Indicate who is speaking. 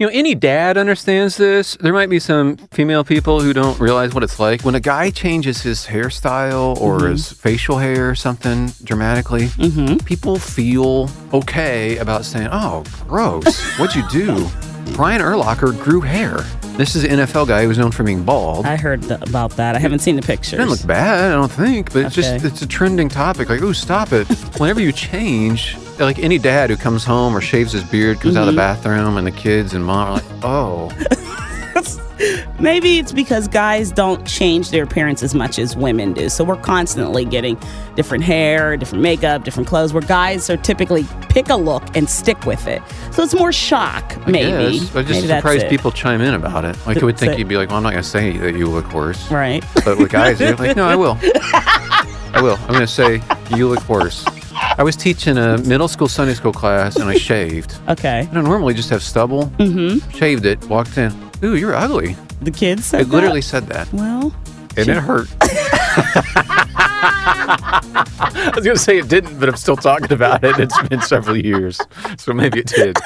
Speaker 1: You know, any dad understands this. There might be some female people who don't realize what it's like when a guy changes his hairstyle or
Speaker 2: Mm-hmm.
Speaker 1: his facial hair or something dramatically. People feel okay about saying, "Oh, gross! What'd you do?" Brian Urlacher grew hair. This is an NFL guy who was known for being bald.
Speaker 2: I heard th- about that. I haven't seen the pictures.
Speaker 1: It didn't look bad, I don't think, but it's just
Speaker 2: Okay.
Speaker 1: it's a trending topic. Like, oh, stop it! Whenever you change, like any dad who comes home or shaves his beard, comes out of the
Speaker 2: Mm-hmm.
Speaker 1: bathroom, and the kids and mom are like, oh,
Speaker 2: Maybe it's because guys don't change their appearance as much as women do. So we're constantly getting different hair, different makeup, different clothes, where guys are typically pick a look and stick with it. So it's more shock,
Speaker 1: I
Speaker 2: maybe.
Speaker 1: guess. I'm just
Speaker 2: Maybe that's
Speaker 1: surprised
Speaker 2: it.
Speaker 1: people chime in about it. Like, I would
Speaker 2: That's
Speaker 1: think
Speaker 2: it.
Speaker 1: you'd be like, well, I'm not gonna say that you look worse,
Speaker 2: Right.
Speaker 1: but with guys, they're like, no, I will. I will. I'm gonna say you look worse. I was teaching a middle school Sunday school class, and I shaved.
Speaker 2: Okay.
Speaker 1: I don't normally just have stubble. Mm-hmm. Shaved it, walked in. Ooh, you're ugly.
Speaker 2: The kids said
Speaker 1: It literally
Speaker 2: that?
Speaker 1: said that.
Speaker 2: Well,
Speaker 1: and it hurt. I was going to say it didn't, but I'm still talking about it. It's been several years, so maybe it did.